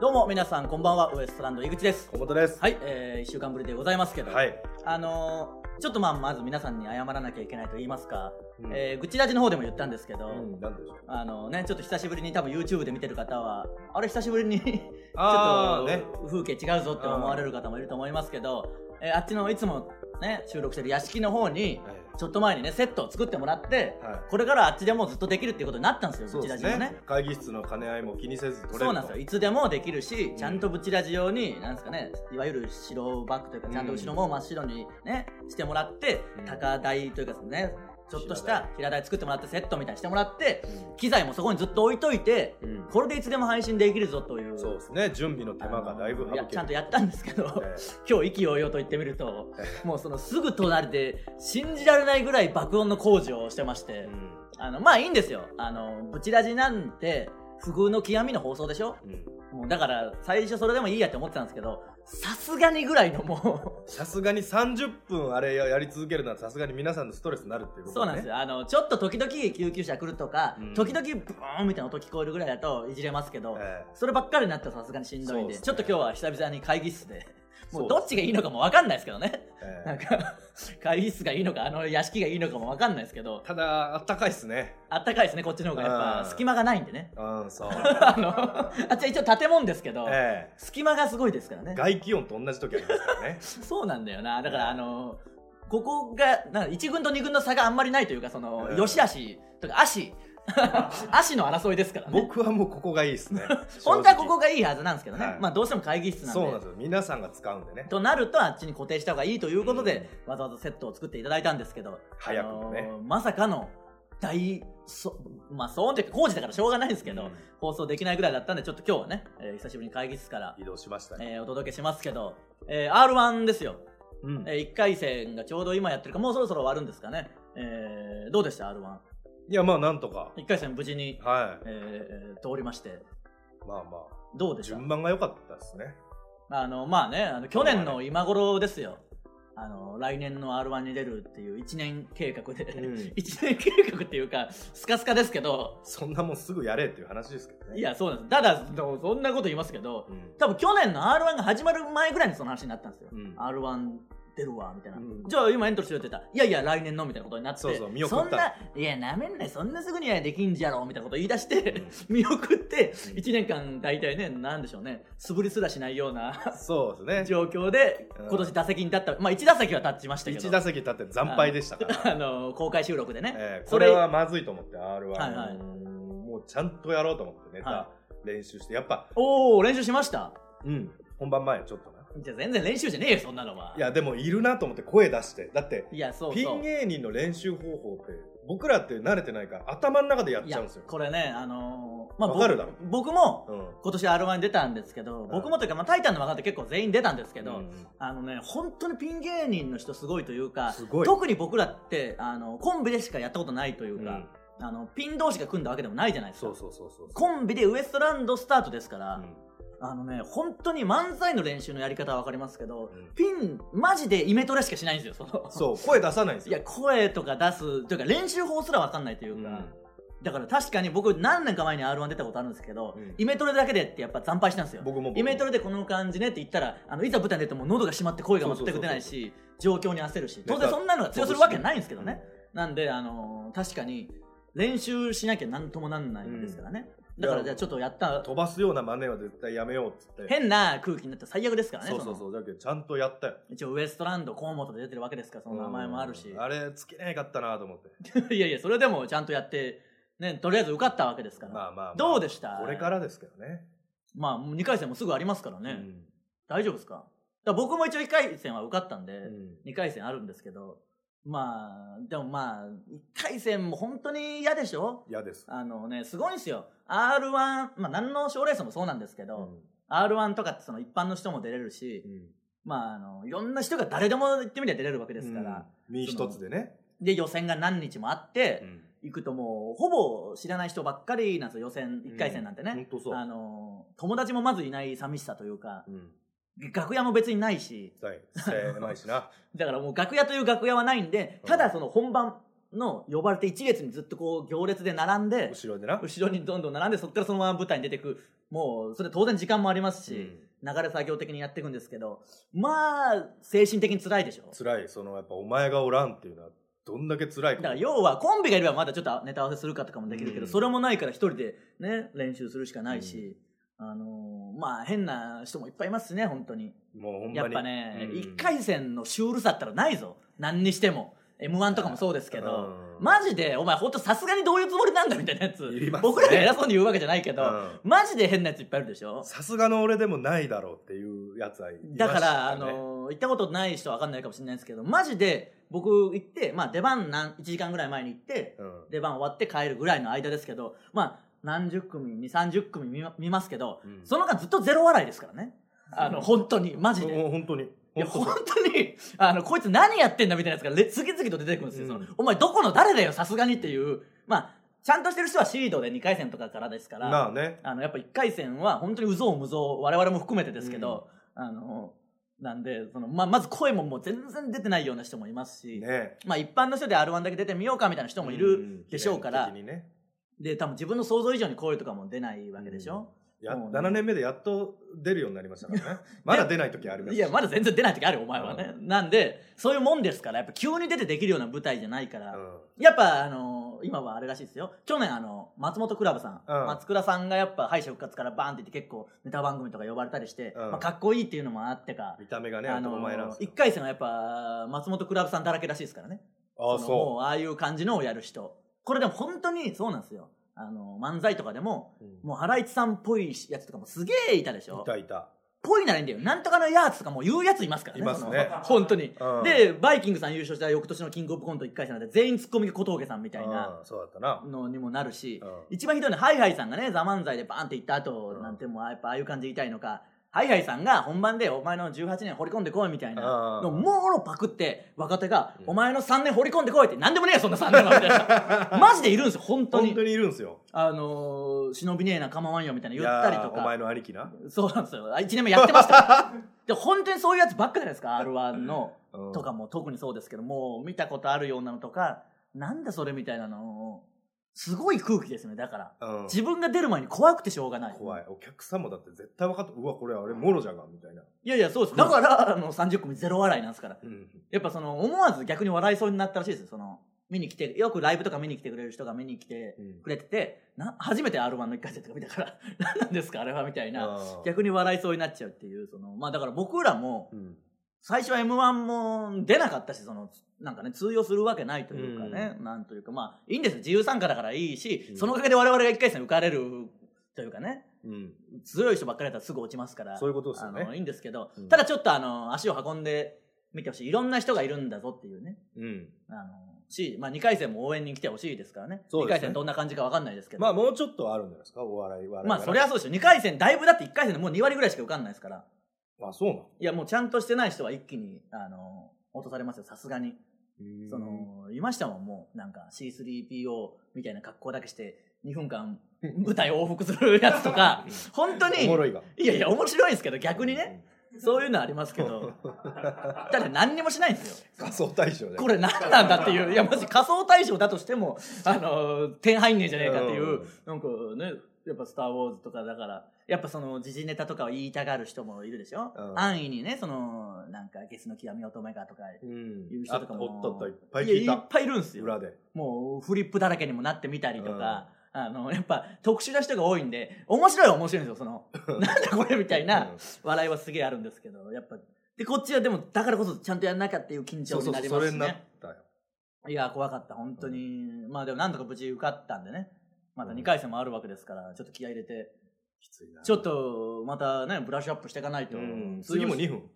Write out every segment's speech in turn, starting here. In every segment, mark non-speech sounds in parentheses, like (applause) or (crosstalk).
どうも皆さんこんばんはウエストランド井口です小本です。はい、えー、1週間ぶりでございますけど、はい。あのー、ちょっとまあまず皆さんに謝らなきゃいけないと言いますか、うんえー、愚痴ラジの方でも言ったんですけど、うん、なんでしょう。あのねちょっと久しぶりに多分 YouTube で見てる方はあれ久しぶりに (laughs) ちょあっと、ーね風景違うぞって思われる方もいると思いますけど、えーあっちのいつもね収録してる屋敷の方にはいちょっと前にねセットを作ってもらってはい。これからあっちでもずっとできるっていうことになったんですよブチラジもね。会議室の兼ね合いも気にせず取れると。そうなんですよいつでもできるしんちゃんとブチラジ用になんですかねいわゆる白バックというかちゃんと後ろも真っ白にねしてもらってうん高台というかですねちょっとした平台作ってもらってセットみたいにしてもらってう機材もそこにずっと置いといてん。うんこれでいつでも配信できるぞというそうですね。準備の手間がだいぶあ省のけやる。ちゃんとやったんですけどえ今日意気揚々と言ってみるともうそのすぐ隣で信じられないぐらい爆音の工事をしてまして、えうんあのまあいいんですよあのブチラジなんて不遇の極みの放送でしょうん。もうだから最初それでもいいやって思ってたんですけどさすがにぐらいのもさすがに30分あれややり続けるのはさすがに皆さんのストレスになるっていううこそうとなんでねすよあのちょっと時々救急車来るとか、うん時々ブーンみたいな音聞こえるぐらいだといじれますけど、ええそればっかりになったらさすがにしんどいんでそうっすねちょっと今日は久々に会議室でもうそうどっちがいいのかもわかんないですけどねええなんか会議室がいいのかあの屋敷がいいのかもわかんないですけどただあったかいっすねあったかいですねこっちの方がやっうぱん隙間がないんでねう (laughs) んそうあのあっちは一応建物ですけど、え隙間がすごいですからえね外気温と同じ時ありますから (laughs) ねそうなんだよなだからうんあのここがなんか1軍と2軍の差があんまりないというかその、うんよしあしとか足 (laughs) 足の争いですからね僕はもうここがいいっすね (laughs) 本当はここがいいはずなんですけどね、はいまあどうしても会議室正なんで直そうなんですよ皆さんが使うんでねとなるとあっちに固定した方がいいということで、わざわざセットを作っていただいたんですけど早くもねあのーまさかの大そまあ騒音というか工事だからしょうがないんですけど、うん放送できないぐらいだったんでちょっと今日はね、えー久しぶりに会議室から、移動しましたねえーお届けしますけど、えー R1 ですよ、うんえ1回戦がちょうど今やってるかもうそろそろ終わるんですかね、えーどうでした R11 いやまあなんとか回戦無事に、はえー通りましていまあまあどうでした順番が良かったですね。あのまあねあの去年の今頃ですよあの来年の r 1に出るっていう1年計画で、うん (laughs) 一1年計画っていうかスカスカですけどそんなもんすぐやれっていう話ですけどね。い、やそうなんですただそんなこと言いますけどうん、多分去年の r 1が始まる前ぐらいにその話になったんですよ、うん r 1出るわみたいな、うんじゃあ今エントリーしようって言ったらいやいや来年のみたいなことになってそうそう見送んったないやなめんないそんなすぐにはできんじゃろみたいなこと言い出して、う見送ってうん1年間大体ねなんでしょうね素振りすらしないようなそうですね。状況でうん今年打席に立ったまあ1打席は立ちましたけ一ど打席立って惨敗でしたから。あの公開収録でね、え (laughs) ーそこれれはまずいと思って、R は、はいはいもうちゃんとやろうと思ってネタ、は練習して、やっぱ、おお練習しましたうん、本番前ちょっとな。じゃあ全然練習じゃねえよそんなのはいや、でもいるなと思って声出して。だって、いやそうそうピン芸人の練習方法って、僕らって慣れてないから頭の中でやっいちゃやうんですよ。これねあのーまあわかるだろ僕僕もうん。今年 r 1に出たんですけど僕もというか、まあ、タイタンの若手結構全員出たんですけど、うんあのね本当にピン芸人の人すごいというかすごい。特に僕らってあのコンビでしかやったことないというか、あのピン同士が組んだわけでもないじゃないですかそうそうそうそう。コンビでウエストランドスタートですから、うんあのね本当に漫才の練習のやり方は分かりますけど、うんピンマジでイメトレしかしないんですよそのそう、声出さないんですいやよ。声とか出すというか練習法すら分かんないというか、うんだから確かに僕何年か前に r 1出たことあるんですけど、うんイメトレだけでってやっぱ惨敗したんですよ僕も僕もイメトレでこの感じねって言ったらあのいざ舞台に出ても喉が閉まって声が全く出ないし状況に焦るし当然そんなのが通用するわけないんですけどね、なんであのー確かに練習しなきゃなんともなんないですからね、うんだからいやじゃあちょっとやった飛ばすような真似は絶対やめようっつって。変な空気になったら最悪ですからねそうそうそそのう。だけど、ちゃんとやったよ。一応ウエストランド河本で出てるわけですからその名前もあるしうんあれ、つけなかったなと思って。 (laughs) いやいやそれでもちゃんとやってねとりあえず受かったわけですから、まあまあまあ。どうでしたこれからですけどね。まあ、もう2回戦もすぐありますからね、うん大丈夫ですかだから僕も一応1回戦は受かったんで、うん2回戦あるんですけどまあでもまあ1回戦も本当に嫌でしょ嫌です。あのねすごいんですよ r 1まあ何の賞レースもそうなんですけうど、ん r 1とかってその一般の人も出れるし、まああのいろんな人が誰でも言ってみりゃ出れるわけですから、。うん身一つでね。で予選が何日もあって、うん行くともうほぼ知らない人ばっかりなんですよ予選1回戦なんてほねん、とそう。あの友達もまずいない寂しさというか、うん。楽屋も別にないしはい。狭い (laughs) しな。だからもう楽屋という楽屋はないんでうんただその本番の呼ばれて一列にずっとこう行列で並んで後ろでな。後ろにどんどん並んでそこからそのまま舞台に出てくもうそれ当然時間もありますし、流れ作業的にやっていくんですけどまあ精神的に辛いでしょ辛いそのやっぱお前がおらんっていうのはどんだけ辛だいかから要はコンビがいればまだちょっとネタ合わせするかとかもできるけど、うんそれもないから一人でね練習するしかないし、あのーまあ変な人もいっぱいいますしね本当にもうほんまにやっぱね、うん一回戦のシュールさったらないぞ何にしても m 1とかもそうですけど、うんマジでお前本当さすがにどういうつもりなんだみたいなやつ、いりますね僕らが偉そうに言うわけじゃないけど、うんマジで変なやついっぱいいるでしょさすがの俺でもないだろうっていうやつはいましたねだから、あのー行ったことない人は分かんないかもしれないですけどマジで僕行って、まあ、出番なん1時間ぐらい前に行ってうん出番終わって帰るぐらいの間ですけどまあ何十組に30組見ま見ますけどうんその間ずっとゼロ笑いですからねあの本当にマジで。もう本当にいや本本当にあのこいつ何やってんだみたいなやつがれ次々と出てくるんですよ、そのうんお前どこの誰だよさすがにっていうまあちゃんとしてる人はシードで2回戦とかからですからなあねあのやっぱ1回戦は本当にうぞうむぞう我々も含めてですけど、あのなんでその、まあ、まず声ももう全然出てないような人もいますし、ねまあ、一般の人で r 1だけ出てみようかみたいな人もいるでしょうから、うん記念的にねで多分自分の想像以上に声とかも出ないわけでしょ、やもうね7年目でやっと出るようになりましたからねまだ出ない時ありますいやまだ全然出ない時あるよお前はね、なんでそういうもんですからやっぱ急に出てできるような舞台じゃないから、うんやっぱあの今はあれらしいですよ去年あの松本クラブさん、うん松倉さんがやっぱ敗者復活からバーンって言って結構ネタ番組とか呼ばれたりして、うんまあ、かっこいいっていうのもあってか、見た目がねあ男前なんのです1よ回戦はやっぱ松本クラブさんだらけらしいですからねああそのそもうああいう感じのをやる人これでも本当にそうなんですよあの漫才とかでもううんもうハライチさんっぽいやつとかもすげえいたでしょいたいたぽいならいいんだよなんとかのやつとかもう言うやついますからねいますねその本当にうんでバイキングさん優勝した翌年のキングオブコント1回戦なんで全員ツッコミが小峠さんみたいなうんそうだったなのにもなるしうん一番ひどいのはハイハイさんがね「ザ漫才でバーンっていった後うんなんてもうやっぱああいう感じで痛いのか。ハイハイさんが本番でお前の18年掘り込んでこいみたいなのをうんもろパクって若手がうんお前の3年掘り込んでこいって何でもねえよそんな3年はみ (laughs) たいなマジでいるんですよ本当本に当にいるんですよあのー忍びねえな構わんよみたいな言ったりといやーお前かの兄貴なそうなんですよ1年目やってました (laughs) で本当にそういうやつばっかじゃないですか R1 のうんとかも特にそうですけどもう見たことあるようなのとかなんだそれみたいなのをすごい空気ですねだからうん自分が出る前に怖くてしょうがない怖いお客さんもだって絶対分かってうわこれあれモロじゃがみたいな、いやいやそうですだからあの30組ゼロ笑いなんですからうん、やっぱその思わず逆に笑いそうになったらしいですよその見に来てよくライブとか見に来てくれる人が見に来てくれててな初めて r 1の1回戦とか見たから (laughs) 何なんですかあれはみたいなあー逆に笑いそうになっちゃうっていうそのまあだから僕らもうん最初は m 1も出なかったしそのなんかね通用するわけないというかね、なんというかまあいいんですよ自由参加だからいいし、うんそのおかげで我々が1回戦受かれるというかねうん強い人ばっかりだったらすぐ落ちますからそういうことですよあのねいいんですけど、うんただちょっとあの足を運んでみてほしいいろんな人がいるんだぞっていうねうんあのし、まあ、2回戦も応援に来てほしいですからねそ2うですね回戦どんな感じか分かんないですけど、ままあもうちょっとはあるんじゃないですかお笑いあ、笑いそりゃそうですよ2回戦だいぶだって1回戦でもう2割ぐらいしか受かんないですからあそうなのいやもうちゃんとしてない人は一気にあの落とされますよさすがに。うんそのいましたもんもうなんか C3PO みたいな格好だけして2分間舞台往復するやつとか (laughs) 本当におもろいいがやいや面白いんですけど逆にねそういうのありますけ (laughs) どただ何にもしないんですよ仮想対象でこれ何なんだっていういやマジ仮想対象だとしてもあの点入んねえじゃねえかっていううんなんかねやっぱ「スター・ウォーズ」とかだからやっぱその時事ネタとかを言いたがる人もいるでしょうん安易にねそのなんか「ゲスの極み乙女が」とかうんいう人とかもあおっとっといっぱいいや聞いいったぱいいるんですよ裏でもうフリップだらけにもなってみたりとか、あのやっぱ特殊な人が多いんで面白いは面白いんですよその (laughs) なんだこれみたいな笑いはすげえあるんですけどやっぱでこっちはでもだからこそちゃんとやんなきゃっていう緊張そうにそうなそうりそますれしになっねたよいや怖かった本当に、まあでもなんとか無事受かったんでねまだ2回戦もあるわけですからちょっと気合い入れてきついなちょっとまたねブラッシュアップしていかないと、うん次も2分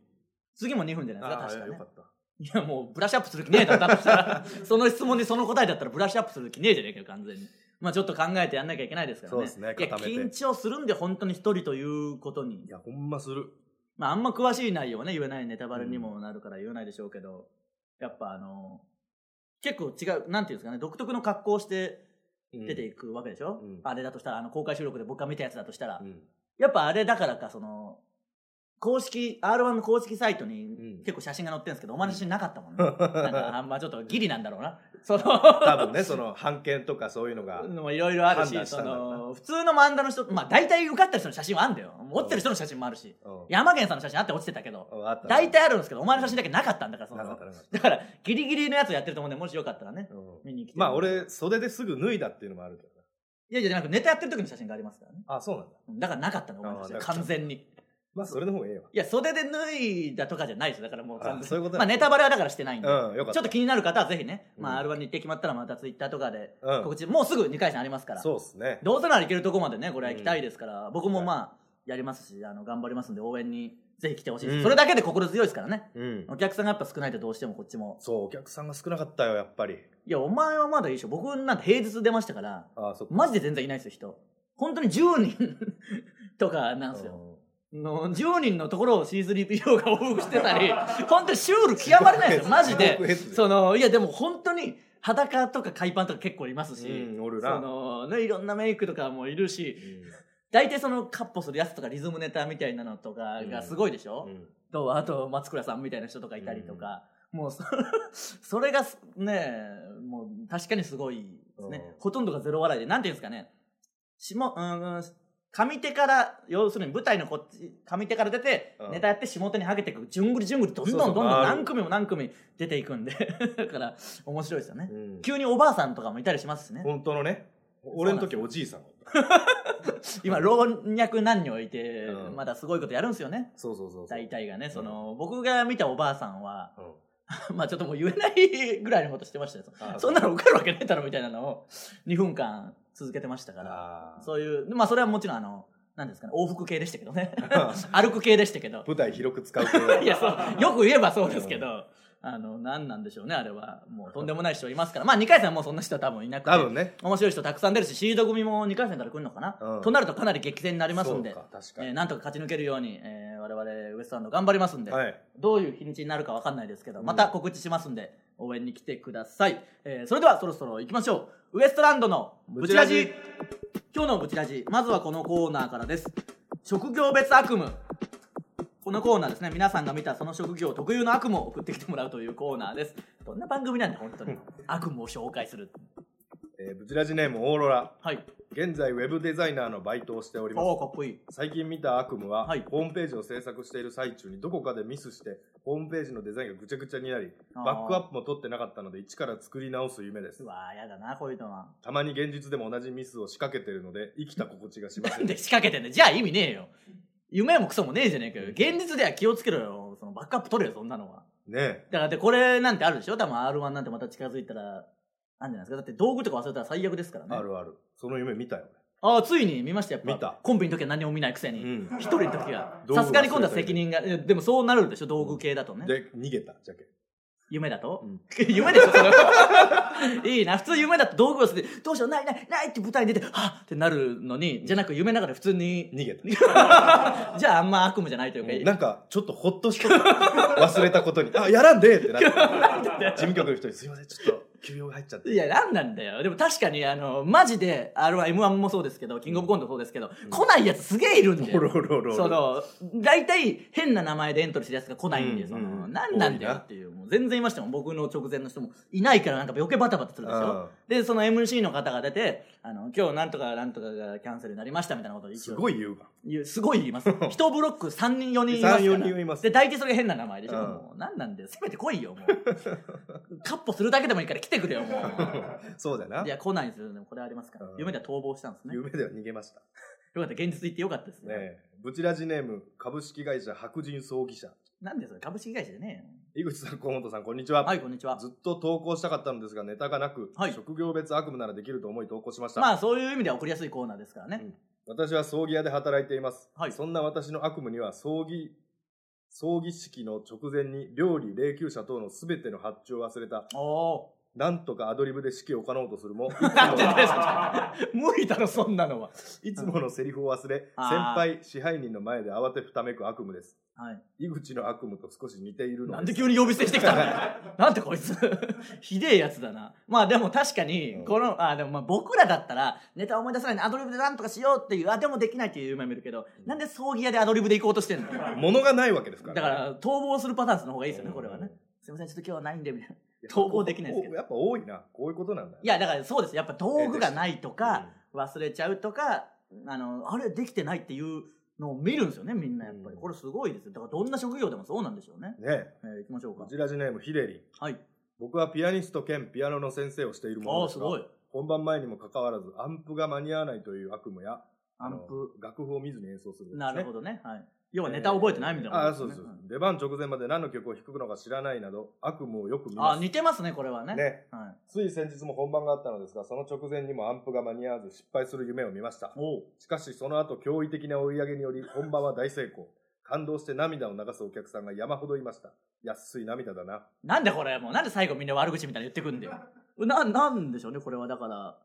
次も2分じゃないですかああ確かねよかったいやもうブラッシュアップする気ねえだろだとした (laughs) らその質問にその答えだったらブラッシュアップする気ねえじゃねえかよ完全にまあちょっと考えてやんなきゃいけないですからねそうですねいや固めて緊張するんで本当に一人ということにいやほんまするまああんま詳しい内容はね言えないネタバレにもなるから言えないでしょうけど、やっぱあの結構違うなんていうんですかね独特の格好をして出ていくわけでしょ、うんあれだとしたらあの公開収録で僕が見たやつだとしたら、うんやっぱあれだからかその公式 R1 の公式サイトにん結構写真が載ってるんですけど、お前の写真なかったもん (laughs) ね、なんかあんまちょっとギリなんだろうな。その、多分ねその判権とかそういうのがのもいろいろある判断し、したそんだろうなの、の普通の漫画の人まあ大体受かった人の写真はあんだよ持ってる人の写真もあるしうん山源さんの写真あって落ちてたけどうんあったな大体あるんですけどお前の写真だけなかったんだからそのなかったなかっただからギリギリのやつをやってると思うんでもしよかったらねうん見に来てまあ俺袖ですぐ脱いだっていうのもあるけどねいやいやじゃなくネタやってる時の写真がありますからねあそうなんだだからなかったのお前の写真あーなかった完全にまあそれの方がええわいや袖で脱いだとかじゃないですよだからもう完全にあそういうことまなあんだネタバレはだからしてないんでうんよかったちょっと気になる方はぜひね、まあ、うん R1 に行って決まったらまたツイッターとかでうん告知、もうすぐ2回戦ありますから、そうっすねどうせなら行けるとこまでね、これは行きたいですから、僕もまあ、やりますし、あの、頑張りますんで、応援にぜひ来てほしいです、うんそれだけで心強いですからね。うんお客さんがやっぱ少ないとどうしてもこっちも。そうお客さんが少なかったよやっぱりいや、お前はまだいいでしょ。僕なんて平日出ましたから、あそっかマジで全然いないですよ、人。本当に10人とかなんですよ。の10人のところを C3PO が往復してた (laughs) り本当にシュール極まれないですよマジですごいですねそのいやでも本当に裸とか海パンとか結構いますし、うんおるなそのねいろんなメイクとかもいるうしん大体そのカッポするやつとかリズムネタみたいなのとかがすごいでしょ、うんとあと松倉さんみたいな人とかいたりとか、もうそ (laughs) それがすねもう確かにすごいですね、うんほとんどがゼロ笑いでなんていうんですかねしも、うん、上手から要するに舞台のこっち上手から出て、うんネタやって下手にはげていくじゅんぐりじゅんぐりどんどんそうどんそうどん回る何組も何組出ていくんで (laughs) だから面白いですよね、うん急におばあさんとかもいたりしますしね本当のね俺の時おじいさん (laughs) 今老若男女いて、うんまだすごいことやるんですよねそうそうそうそう大体がねその、僕が見たおばあさん (laughs) はうんまあちょっともう言えないぐらいのことしてましたよ。あそんなの受かるわけないだろみたいなのを2分間続けてましたから、あーそういう、まあそれはもちろんあの、なんですかね、往復系でしたけど (laughs) ね。 (laughs) 歩く系でしたけど。舞台広く使う (laughs) といや、そう、よく言えばそうですけど、あの、なんなんでしょうね、あれは。もうとんでもない人いますから。まあ2回戦はもうそんな人は多分いなくて。多分ね面白い人たくさん出るし、シード組も2回戦から来るのかな、うんとなるとかなり激戦になりますんでそう、か確かえーになんとか勝ち抜けるように、えー我々ウエストランド頑張りますんで、はいどういう日にちになるかわかんないですけど、また告知しますんで、応援に来てください。えーそれではそろそろ行きましょう。ウエストランドのブチラジ。ブチラジ今日のブチラジ、まずはこのコーナーからです。職業別悪夢。このコーナーですね、皆さんが見たその職業特有の悪夢を送ってきてもらうというコーナーです。どんな番組なんだ、本 (laughs) 当に。悪夢を紹介する。えーブチラジネームオーロラはい。現在ウェブデザイナーのバイトをしておりますおお、かっこいい。最近見た悪夢は、はいホームページを制作している最中にどこかでミスしてホームページのデザインがぐちゃぐちゃになりあーバックアップも取ってなかったので一から作り直す夢ですうわー、やだな、こういうのは。たまに現実でも同じミスを仕掛けてるので生きた心地がしまなせんんで仕掛けてんだよじゃあ意味ねえよ。夢もクソもねえじゃねえかよ。現実では気をつけろよ。そのバックアップ取れよ、そんなのは。ねえだからで、これなんてあるでしょ多分 R1 なんてまた近づいたら、あるんじゃないですかだって道具とか忘れたら最悪ですからね。あるあるその夢見たよああ、ついに見ました、やっぱ。見たコンビの時は何も見ないくせ俺、に。ん一、人の時は。道具忘れたよねさすがに今度は責任が。いやでもそうなるでしょ道具系だとね。で逃げたじゃけ夢だと、うん (laughs) 夢でしょそれは (laughs) いいな普通夢だと道具を捨ててどうしようないないないって舞台に出てはっってなるのにじゃなく夢の中で普通に逃げたじゃああんま悪夢じゃないというか、うんなんかちょっとほっとしとった忘れたことに「あやらんで!」ってなった事務局の人に「すいませんちょっと休養が入っちゃって」いや、なんなんだよ。でも確かに、あの、マジで、R1、M1 もそうですけど、キングオブコントもそうですけど、来ないやつすげえいるんだおろよ。おろおろおろその、大体変な名前でエントリーしてるやつが来ないんで、うんそうんの、うんなんなんだよっていう、もう全然いましたもん、僕の直前の人も。いないからなんか余計バタバタするでしょ。で、その MC の方が出て、あの、今日なんとかなんとかがキャンセルになりましたみたいなことをうん一す応ごい言うわ言うすごい言います。 (laughs) 一ブロック3人4人いますから。 3 4人いますで、大体それが変な名前でしょ。うんもう、なんなんだよ。せめて来いよ、もう。 (laughs) カッポするだけでもいいから来てくれよ、もう。そうだないや、来ないんですよ。でもこれありますからう。ん夢では逃亡したんですね。よ夢では逃げましたかった。現実行ってよかったですね。ねえブチラジネーム株式会社白人葬儀社なんでそれ株式会社でね。井口さん河本さんこんにちは、はい、こんにちは。ずっと投稿したかったのですがネタがなく、はい職業別悪夢ならできると思い投稿しました、まあ、そういう意味では送りやすいコーナーですからね。私は葬儀屋で働いています、はいそんな私の悪夢には葬儀葬儀式の直前に料理霊柩車等の全ての発注を忘れたおおなんとかアドリブで式を行おうと (laughs) するもいつー。なんもでだよ (laughs) 無理だろ、そんなのは。 (laughs) いつものセリフを忘れあー先輩支配人の前で慌てふためく悪夢ですはい。井口の悪夢と少し似ているのですなんで急に呼び捨てしてきたのなんでこいつ。 (laughs) ひでえやつだな。まあでも確かうにん、この、あ、でもまあ僕らだったら、ネタ思い出さないでアドリブでなんとかしようっていう、あ、でもできないっていう夢見るけど、なんで葬儀屋でアドリブで行こうとして (laughs) んの (laughs) 物がないわけですからだね、から、逃亡するパターンの方がいいですよね、これはねう。すいません、ちょっと今日はないんで、みたいな。いや投稿できないですけどこうやっぱ多いなこういうことなんだよいやだからそうですやっぱ道具がないとか、忘れちゃうとかあのあれできてないっていうのを見るんですよねみんなやっぱり、うんこれすごいですよだからどんな職業でもそうなんでしょうね、ねえー、いきましょうかこちらジネームヒレリンはい僕はピアニスト兼ピアノの先生をしているもあのあですすがごい本番前にもかかわらずアンプが間に合わないという悪夢やアンあのプ楽譜を見ずに演奏するんですねなるほどね、はい、要はネタ覚えてないみたいなあこあとそうでですす、ねうん出番直前まで何の曲を弾くのか知らないなど悪夢をよく見あまーす似てますねこれはねねはい、つい先日も本番があったのですがその直前にもアンプが間に合わず失敗する夢を見ましたおうしかしその後驚異的な追い上げにより本番は大成功感動して涙を流すお客さんが山ほどいました安い涙だななんでこれもうなんで最後みんな悪口みたいなの言ってくんだよ (laughs) ななんでしょうねこれはだから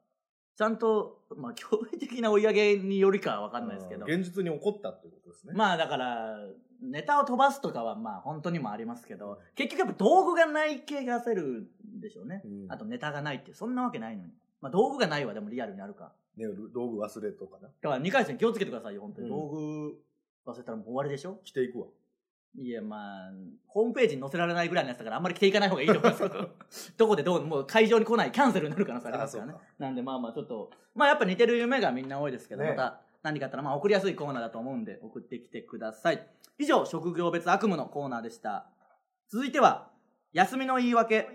ちゃんとまあ驚異的な追い上げによりかは分かんないですけど現実に起こったっていうことですね、まあだからネタを飛ばすとかはまあ本当にもありますけど結局やっぱ道具がない系が焦るんでしょうねうんあとネタがないってそんなわけないのに、まあ、道具がないはでもリアルになるかね、道具忘れとかだなから2回戦気をつけてくださいよ本当に、うん道具忘れたらもう終わりでしょ着ていくわいやまあホームページに載せられないぐらいのやつだからあんまり着ていかない方がいいと思いますけ (laughs) どどこでどうもう会場に来ないキャンセルになる可能性ありますからねあそうなんでまあまあちょっとまあやっぱ似てる夢がみんな多いですけど、ねまた何かあったらまあ送りやすいコーナーだと思うんで送ってきてください以上職業別悪夢のコーナーでした続いては休みの言い訳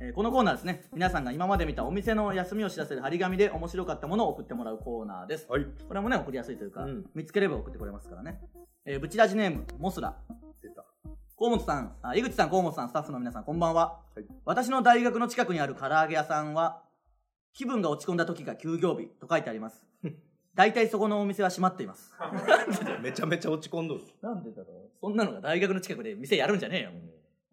えーこのコーナーですね皆さんが今まで見たお店の休みを知らせる張り紙で面白かったものを送ってもらうコーナーですはいこれもね送りやすいというか、うん見つければ送ってこれますからね、えー、ブチラジネームモスラ出た河本さんあ井口さん河本さんスタッフの皆さんこんばんは、はい私の大学の近くにある唐揚げ屋さんは気分が落ち込んだ時が休業日と書いてあります大体そこのお店は閉まっていますめちゃめちゃ落ち込んどるなんでだろうそんなのが大学の近くで店やるんじゃね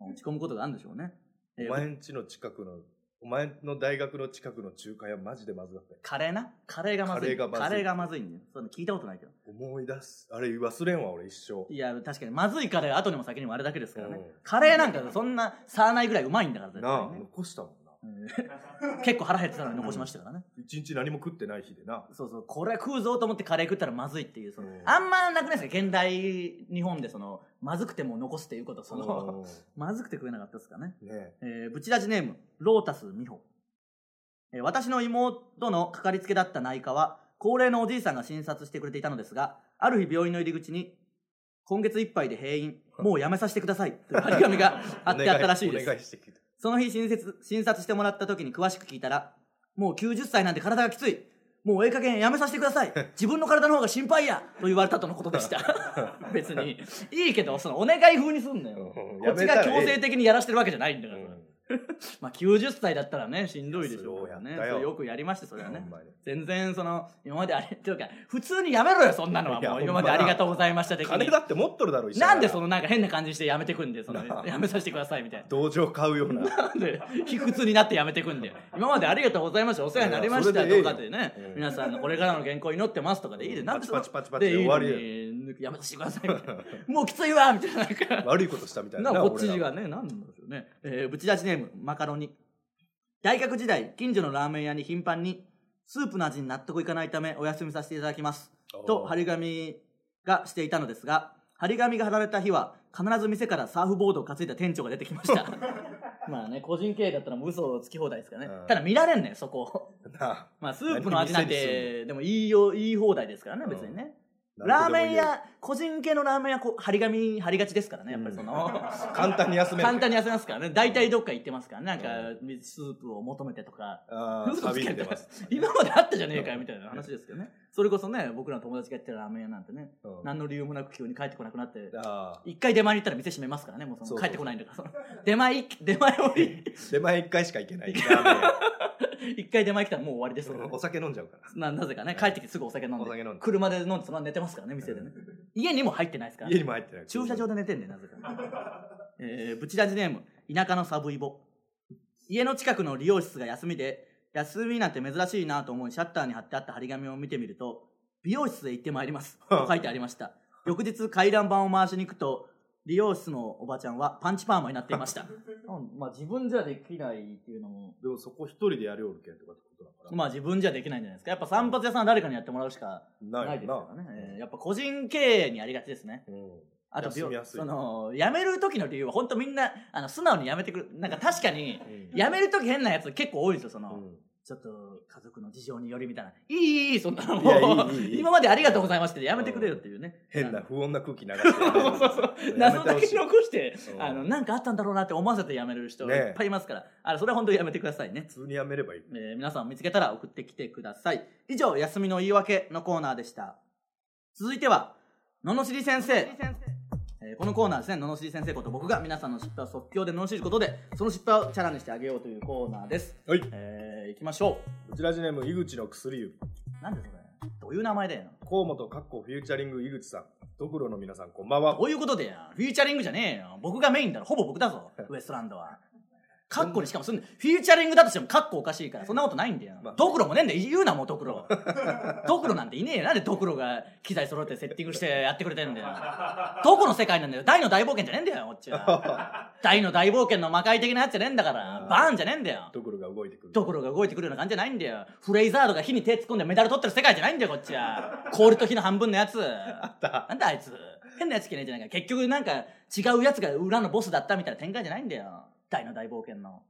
えよ落ち込むことがあるんでしょうね、えーお前んちの近くのお前の大学の近くの中華屋マジでまずかったよカレーなカレーがまずいカレーがまずいカレーがまずいんだよそんな聞いたことないけど思い出すあれ忘れんわ俺一生いや確かにまずいカレーは後にも先にもあれだけですからねうんカレーなんかそんな差はないぐらいうまいんだから絶なあ対ね残したもんな結構腹減ってたのに残しましたからね、一日何も食ってない日でなそうそうこれは食うぞと思ってカレー食ったらまずいっていうその、うんあんまなくないですか現代日本でそのまずくても残すっていうことそのまずくて食えなかったですかねうん (laughs) ねえーブチラジネームロータス美穂、えー私の妹のかかりつけだった内科は高齢のおじいさんが診察してくれていたのですがある日病院の入り口に「今月いっぱいで閉院もうやめさせてください」という張り紙があってあったらしいでおす願いしてきたその日診察診察してもらった時に詳しく聞いたら「もう90歳なんて体がきつい」もうええ加減やめさせてください自分の体の方が心配やと言われたとのことでした別にいいけどそのお願い風にすんなようんこっちが強制的にやらしてるわけじゃないんだうから、んまあ90歳だったらねしんどいでしょうからねそうやったよそれよくやりましたそれはねほんまに全然その今まであれというか普通にやめろよそんなのはいやもうほんま今までありがとうございました的金にだって持っとるだろ医者なんでそののなんか変な感じにしてやめてくんでそのなあやめさせてくださいみたいな同情買うようななんで卑屈になってやめてくんで今までありがとうございましたお世話になりましいやたいやそれでええとよかってねうん皆さんのこれからの原稿祈ってますとかでいいでうんなんでそのパチパチパチパチでいいの終わにやめさせてくださいみたいな (laughs) もうきついわみたいななんか悪いことしたみたいななこっち俺らがね、なんなんでしょうね。えー、ぶち出しネーム、マカロニ。大学時代、近所のラーメン屋に頻繁に、スープの味に納得いかないため、お休みさせていただきます。と、張り紙がしていたのですが、張り紙が貼られた日は、必ず店からサーフボードを担いだ店長が出てきま (laughs) した。まあね、個人経営だったらもう嘘をつき放題ですからねう。んただ見られんねん、そこ。なまあ、スープの味なん何店にて、でも言いよう、言い放題ですからね、うん別にね。あラーメン屋、個人系のラーメン屋、こう張り紙貼りがちですからね、やっぱりその。簡単に休める簡単に痩せますからね大体どっか行ってますからねなんかう水スープを求めてとかあフーードサつビけにて出まます (laughs) す今まであったじゃねえかよみたいな話ですけどねそれこそね僕らの友達がやってるラーメン屋なんてねうん何の理由もなく急に帰ってこなくなってあ一回出前に行ったら店閉めますからねもうそそうそうのそう帰ってこないんだからその出前行き出前を行 (laughs) ー出前一回しか行け (laughs) ないラーメきン一回出前来たらもう終わりですから (laughs) 屋ねお酒飲んじゃうからななぜかね帰ってきてすぐお酒飲んお酒飲んでで車で飲んでそのまま寝てますからね店でね家にも入ってないですからね家にも入ってない駐車場で寝てんねんなぜかえー、ブチラジネーム田舎のサブイボ家の近くの理容室が休みで休みなんて珍しいなと思いシャッターに貼ってあった張り紙を見てみると美容室へ行ってまいりますと書いてありました翌日回覧板を回しに行くと理容室のおばちゃんはパンチパーマになっていましたうんまあ自分じゃできないっていうのもでもそこ一人でやりおるけんとかってことだからまあ自分じゃできないんじゃないですかやっぱ散髪屋さんは誰かにやってもらうしかなないいですよかならね、えーやっぱ個人経営にありがちですねうんあと休みやすいその辞める時の理由は本当みんなあの素直に辞めてくるなんか確かにうん辞める時変なやつ結構多いんですよその、うんちょっと家族の事情によりみたいな。いいいいそんなのも。いうやいいいいいい (laughs) 今までありがとうございましたでやめてくれよっていうね。変なあの。不穏な空気流し (laughs) てそうそうそう謎だけ残してう、んあの、なんかあったんだろうなって思わせてやめる人ねえいっぱいいますから。あのそれは本当にやめてくださいね。普通にやめればいいえー皆さんを見つけたら送ってきてください以上休みの言い訳のコーナーでした続いては罵り先生えーこのコーナーですね罵り先生こと僕が皆さんの失敗を即興で罵ることでその失敗をチャラにしてあげようというコーナーですはいえー、いきましょうちらじネーム井口の薬指うなんでそれどういう名前だよ河本かっこフューチャリング井口さんドクロの皆さんこんばんはどういうことでやフューチャリングじゃねえよ僕がメインだろほぼ僕だ (laughs) ぞウエストランドはカッコにしかもすんでフューチャリングだとしてもカッコおかしいからそんなことないんだよ、まあドクロもねえんだよ言うなもうドクロ (laughs) ドクロなんていねえよなんでドクロが機材揃えてセッティングしてやってくれてるんだよどこの世界なんだよ大の大冒険じゃねえんだよこっち (laughs) は大の大冒険の魔界的なやつじゃねえんだからバーンじゃねえんだよドクロが動いてくるドクロが動いてくるような感じじゃないんだよフレイザードが火に手突っ込んでメダル取ってる世界じゃないんだよこっちは氷と火の半分のやつたなんだあいつ変なやつ嫌いじゃないから結局なんか違うやつが裏のボスだったみたいな展開じゃないんだよ大の大冒険の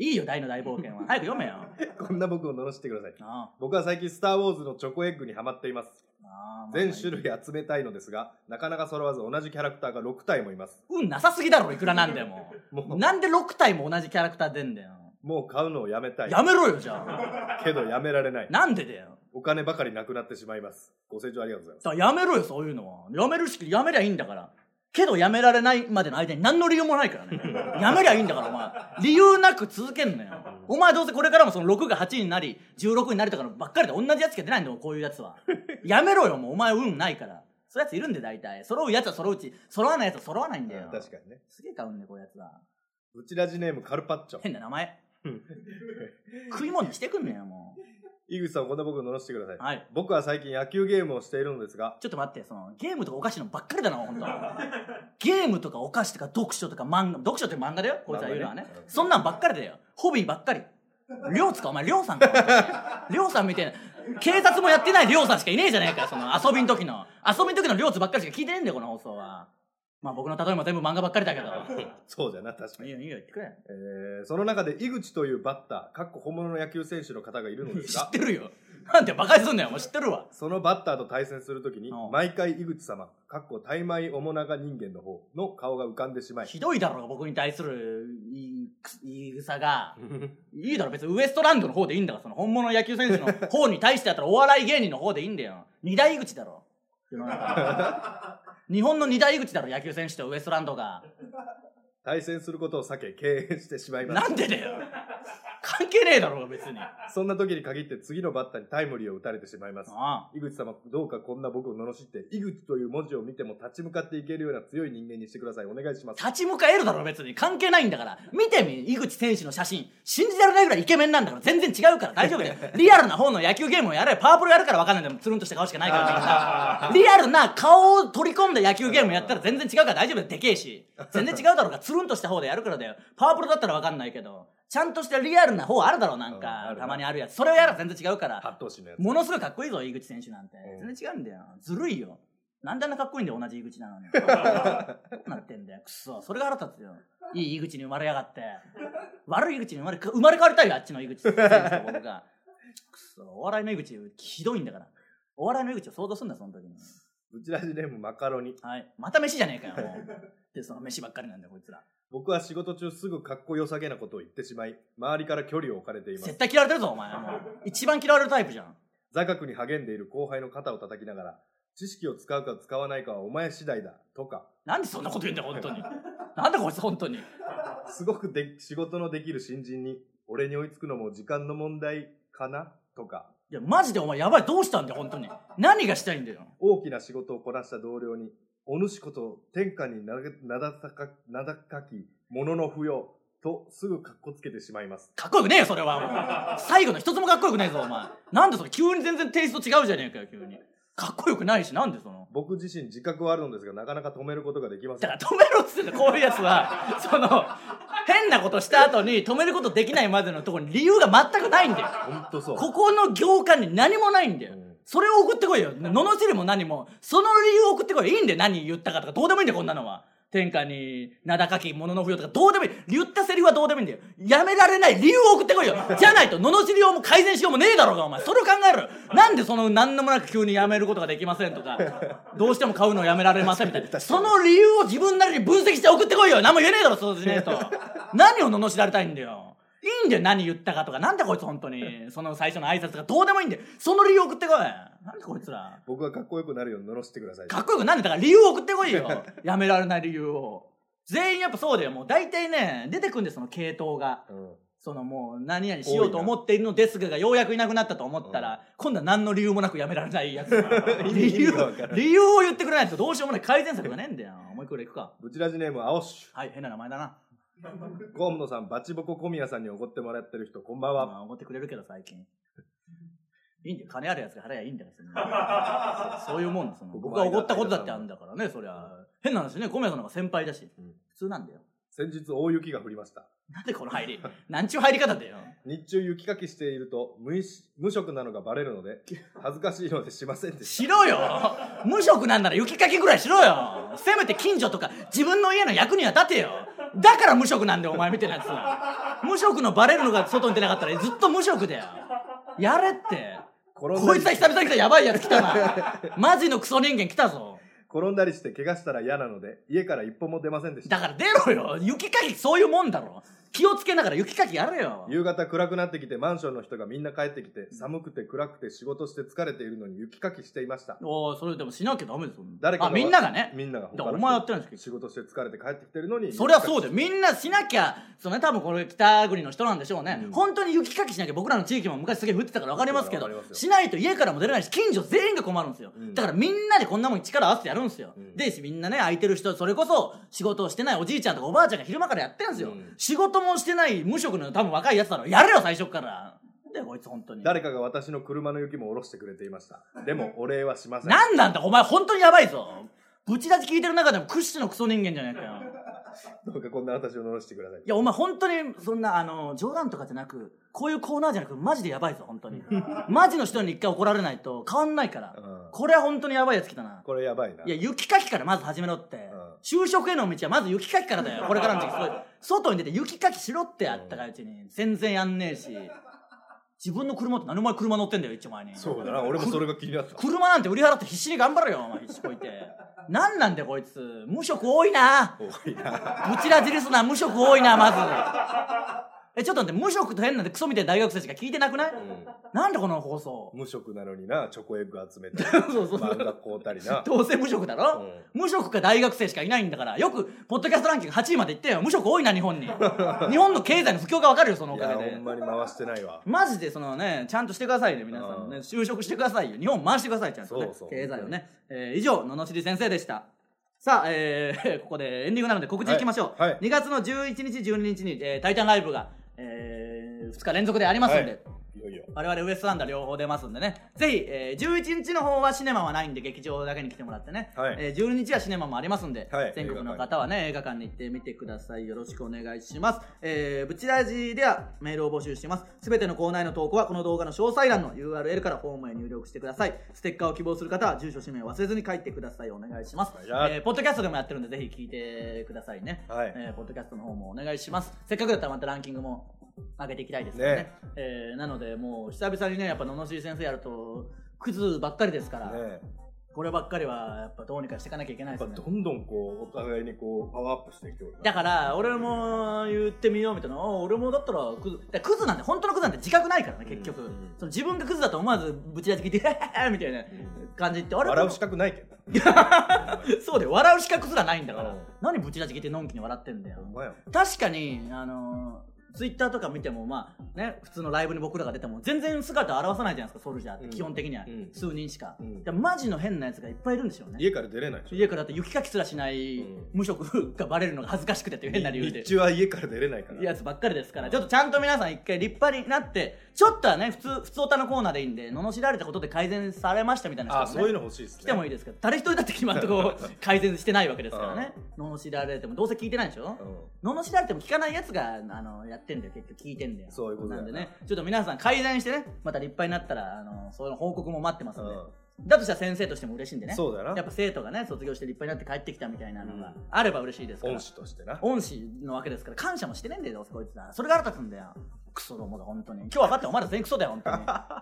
いいよ大の大冒険は早く (laughs) 読めよこんな僕を罵ってくださいあ僕は最近スターウォーズのチョコエッグにハマっていますあああ全種類集めたいのですがなかなか揃わず同じキャラクターが6体もいます運なさすぎだろいくらなんでも (laughs) もうなんで6体も同じキャラクター出んだよもう買うのをやめたいやめろよじゃあけどやめられないなんでだよお金ばかりなくなってしまいますご清聴ありがとうございますさあやめろよそういうのはやめるしやめりゃいいんだからけどやめられないまでの間に何の理由もないからねやめりゃいいんだからお前理由なく続けんなよお前どうせこれからもその6が8になり16になりとかのばっかりで同じやつしか出ないんだもんこういうやつはやめろよもうお前運ないからそういうやついるんで大体揃うやつは揃ううち揃わないやつは揃わないんだよ確かにねすげえ買うんだよこういうやつはブチラジネームカルパッチョ変な名前うん食い物にしてくんねよも井口さんこんな僕を罵してくださいうはい僕は最近野球ゲームをしているのですがちょっと待って、その、ゲームとかお菓子のばっかりだな、本当ゲームとかお菓子とか読書とか漫画、読書って漫画だよ、こいつは言うのはね漫画ね。そんなんばっかりだよ。ホビーばっかり。りょうつか、お前、りょうさんか。本当にりょうさんみたいな。警察もやってないりょうさんしかいねえじゃねえかよ、その、遊びの時の。遊びの時のりょうつばっかりしか聞いてねえんだよ、この放送は。まあ僕の例えも全部漫画ばっかりだけど。そうじゃな確かいいよ、に、いいよ、言ってくれ。えーその中で井口というバッターかっこ本物の野球選手の方がいるので (laughs) 知すっがてるよ。なんで馬鹿にすんなよ、もう知ってるわ。そのバッターと対戦するときにうん毎回井口様かっこ大枚面長人間の方の顔が浮かんでしまいひどいだろ、僕に対する言い言い草が。いいだろ、別にウエストランドの方でいいんだから、その本物の野球選手の方に対してやったらお笑い芸人の方でいいんだよ。二大井口だろ。世の中日本の二大井口だろ、野球選手とウエストランドが。対戦することを避け敬遠してしまいますなんでだよ。関係ねえだろうが、別に。あそんな時に限って次のバッターにタイムリーを打たれてしまいますあ井口様どうかこんな僕を罵って井口という文字を見ても立ち向かっていけるような強い人間にしてくださいお願いします立ち向かえるだろ、別に。関係ないんだから。見てみ、井口選手の写真。信じられないぐらいイケメンなんだから、全然違うから大丈 (laughs) 夫だよ。リアルな方の野球ゲームをやれ。パワープロやるから分かんないんだもん。つるんとした顔しかないからね。リアルな顔を取り込んだ野球ゲームやったら全然違うから大丈夫だよ。でけえし。全然違うだろうが、つるんとした方でやるからだよ。パワープロだったらわかんないけど、ちゃんとしたリアルな方あるだろう、なんうんあかる。なたまにあるやつ。それをやら全然違うから。発動しのやつものすごいかっこいいぞ、井口選手なんてう。全ん然違うんだよ。ずるいよ。なんであんなかっこいいんだよ、同じ井口 (laughs) なのに。どうなってんだよ、くそ。それが腹立つよ。いい井口に生まれやがって。悪い井口に生まれか、生まれ変わりたいよ、あっちの井口選手と僕が。くそ、お笑いの井口、ひどいんだから。お笑いの井口を想像すんだよ、その時に。うちらじネームマカロニはい。また飯じゃねえかよ、もう。で、その飯ばっかりなんだよ、こいつら。僕は仕事中すぐかっこよさげなことを言ってしまい周りから距離を置かれています絶対嫌われてるぞ、お前。もう。一番嫌われるタイプじゃん。座学に励んでいる後輩の肩を叩きながら知識を使うか使わないかはお前次第だとかなんでそんなこと言うんだよ、本当に。なんだこいつ、本当に。すごくで仕事のできる新人に俺に追いつくのも時間の問題かなとかいや、マジでお前、やばい、どうしたんだよ、本当に。何がしたいんだよ。大きな仕事をこなした同僚にお主こと天下に名名だたか名だかき者の不要とすぐかっこつけてしまいますかっこよくねえよ、それは。もう。最後の一つもかっこよくねえぞ、お前。なんでそれ、急に全然テイスト違うじゃねえかよ、急に。かっこよくないし、なんでその。僕自身自覚はあるのですがなかなか止めることができませだんから止めろっつってんだよこういうやつはその変なことした後に止めることできないまでのところに理由が全くないんだよほんとそうここの行間に何もないんだようん。それを送ってこいよ。罵りも何も。その理由を送ってこい。いいんだよ、何言ったかとか。どうでもいいんだよ、こんなのは。天下に名高き者の不要とかどうでもいい言ったセリフはどうでもいいんだよやめられない理由を送ってこいよじゃないと罵りようも改善しようもねえだろうがお前それを考えろよなんでその何でもなく急にやめることができませんとかどうしても買うのをやめられませんみたいなその理由を自分なりに分析して送ってこいよ何も言えねえだろそうしねえと何を罵られたいんだよいいんだよ何言ったかとかなんだこいつ本当にその最初の挨拶がどうでもいいんだよその理由を送ってこいなんだこいつら僕がかっこよくなるように罵してください。かっこよくなんでだから理由を送ってこい (laughs) よやめられない理由を全員やっぱそうだよもう大体ね出てくんですその系統がうんそのもう何々しようと思っているのですががようやくいなくなったと思ったら、今度は何の理由もなくやめられないやつが (laughs) (laughs) 意味理由意味がわからん理由を言ってくれないとどうしようもない改善策がねえんだよもう一個ぐらいいくかブチラジネーム、青シはい変な名前だなュ。河野さん、バチボコ小宮さんに怒ってもらってる人、こんばんまは。あ怒ってくれるけど最近いいんだよ金あるやつが払えばいいんだよそんな (laughs) そういうもんですもん僕僕もは怒ったことだってあるんだからねそりゃ変な話ね小宮さんの方が先輩だし、うん普通なんだよ先日、大雪が降りました。なんでこの入りなんちゅう入り方だよ日中、雪かきしていると無意識、無職なのがバレるので、恥ずかしいのでしませんでししろ (laughs) よ無職なんなら雪かきぐらいしろよせめて近所とか自分の家の役には立てよだから無職なんだよお前みたいなやつは無職のバレるのが外に出なかったらずっと無職だよやれってた。転こんだいりつは久々に来たやばいやつ来たなマジのクソ人間来たぞ転んだりして怪我したら嫌なので、家から一歩も出ませんでしだた。から出ろよ雪かきそういうもんだろ気をつけながら雪かきやれよ夕方暗くなってきてマンションの人がみんな帰ってきて寒くて暗くて仕事して疲れているのに雪かきしていましたおーそれでもしなきゃダメですよ誰かがあみんながねみんなが他だかのら人お前やってないんですけど仕事して疲れて帰ってきてるのにそりゃそうだよみんなしなきゃそのね多分これ北国の人なんでしょうね、うん本当に雪かきしなきゃ僕らの地域も昔すげえ降ってたから分かりますけどわかりますよしないと家からも出れないし近所全員が困るんですよ、うんだからみんなでこんなもん力合わせてやるんですよ、んでみんなね空いてる人それこそ仕事をしてないおじいちゃんとかおばあちゃんが昼間からやってるんですよ、うん仕事もしてない無職の多分若いやつだろやれよ最初からでこいつ本当に誰かが私の車の雪も下ろしてくれていましたでもお礼はしませんなんなんだお前本当にやばいぞぶち立ち聞いてる中でも屈指のクソ人間じゃないかよどうかこんな私を乗らしてくださいいやお前本当にそんなあの冗談とかじゃなくこういうコーナーじゃなくマジでやばいぞ本当にマジの人に一回怒られないと変わんないから、うんこれは本当にやばいやつ来たなこれやばいないや雪かきからまず始めろって、就職への道はまず雪かきからだよこれからの時期そういう外に出て雪かきしろってあったかいうちに全然やんねえし自分の車って何お前車乗ってんだよ一応前にそうだな俺もそれが気になった車なんて売り払って必死に頑張れよお前一こいて何なんだよこいつ無職多いな多い (laughs) なブチラジリスナー無職多いなまずえちょっと待って無職と変なんでクソみたいな大学生しか聞いてなくない、なんでこの放送無職なのになチョコエッグ集めてそうそう漫画買うたりなどうせ無職だろ、無職か大学生しかいないんだからよくポッドキャストランキング8位まで行ってよ無職多いな日本に日本の経済の不況がわかるよそのおいかやげほでんまに回してないわマジでそのねちゃんとしてくださいね皆さんもねうん就職してくださいよ日本回してくださいちゃんとねそうそう経済をね、えー以上ののしり先生でしたさあ、えー (laughs) ここでエンディングなので告知いきましょう、はいはい2月の11日12日に「えー、タイタンライブが」え2日連続でありますんで、はいいよいよ我々ウエストランドは両方出ますんでねぜひ、えー11日の方はシネマはないんで劇場だけに来てもらってね、はいえー12日はシネマもありますんで、はい全国の方はね映画館に行ってみてくださいよろしくお願いします、えー、ブチラジではメールを募集していますすべてのコーナーへの投稿はこの動画の詳細欄の URL からフォームへ入力してくださいステッカーを希望する方は住所氏名を忘れずに書いてくださいお願いします、いやえーポッドキャストでもやってるんでぜひ聞いてくださいね、はいえーポッドキャストの方もお願いしますせっかくだったらまたランキングも上げていきたいですよねねえーなのでもう久々にねやっぱ罵り先生やるとクズばっかりですから、ねえこればっかりはやっぱどうにかしていかなきゃいけないでやすっねぱどんどんこうお互いにこうパワーアップしていくよだから俺も言ってみようみたいなあ俺もだったらクズだからクズなんて本当のクズなんて自覚ないからね結局、うんうんその自分がクズだと思わずぶち出し聞いてみたいな感じってあれ笑う資格な (laughs) いけどなそうだよ笑うしかクズらないんだから、うん何ぶち出し聞いてのんきに笑ってんだよ、ほんまや確かにあのツイッターとか見てもまあね普通のライブに僕らが出ても全然姿を表さないじゃないですかソルジャーって、うん基本的には、うん数人しか、うんでマジの変なやつがいっぱいいるんでしょうね家から出れないでしょ家からだって雪かきすらしないうん無職がバレるのが恥ずかしくてっていう変な理由で日中は家から出れないからやつばっかりですからちょっとちゃんと皆さん一回立派になってちょっとはね普通普通歌のコーナーでいいんで罵られたことで改善されましたみたいな人あもねあそういうの欲しいですね来てもいいですけど誰一人だって今のと (laughs) ころ改善してないわけですからね罵られてもどうせ聞いてないでしょ、う罵られても聞かないやつがあのやってんだよ結局聞いてんだよそういうことだなよんなでねちょっと皆さん改善してねまた立派になったらあのそういう報告も待ってますんで、うんだとしたら先生としても嬉しいんでねそうだなやっぱ生徒がね卒業して立派になって帰ってきたみたいなのうんがあれば嬉しいですから恩師としてな恩師のわけですから感謝もしてねえんだよどうせこいつらそれが腹立つんだよクソどもが本当に今日分かってお前ら全員クソだよ本 (laughs) 当に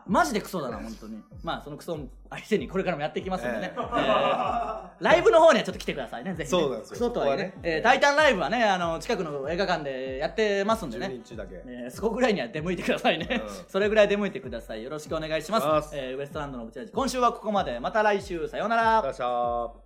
マジでクソだな本当にまあそのクソも相手にこれからもやっていきますんで (laughs) ね、 (laughs) えええ (laughs) えライブの方にはちょっと来てくださいねぜひねそうなんですよクソとはいえねここはねええタイタンライブはねあの近くの映画館でやってますんでね12日だけえーそこぐらいには出向いてくださいね、うん (laughs) それぐらい出向いてくださいよろしくお願いしますますえーウエストランドのブチラジ今週はここまでまた来週さようならよっしゃー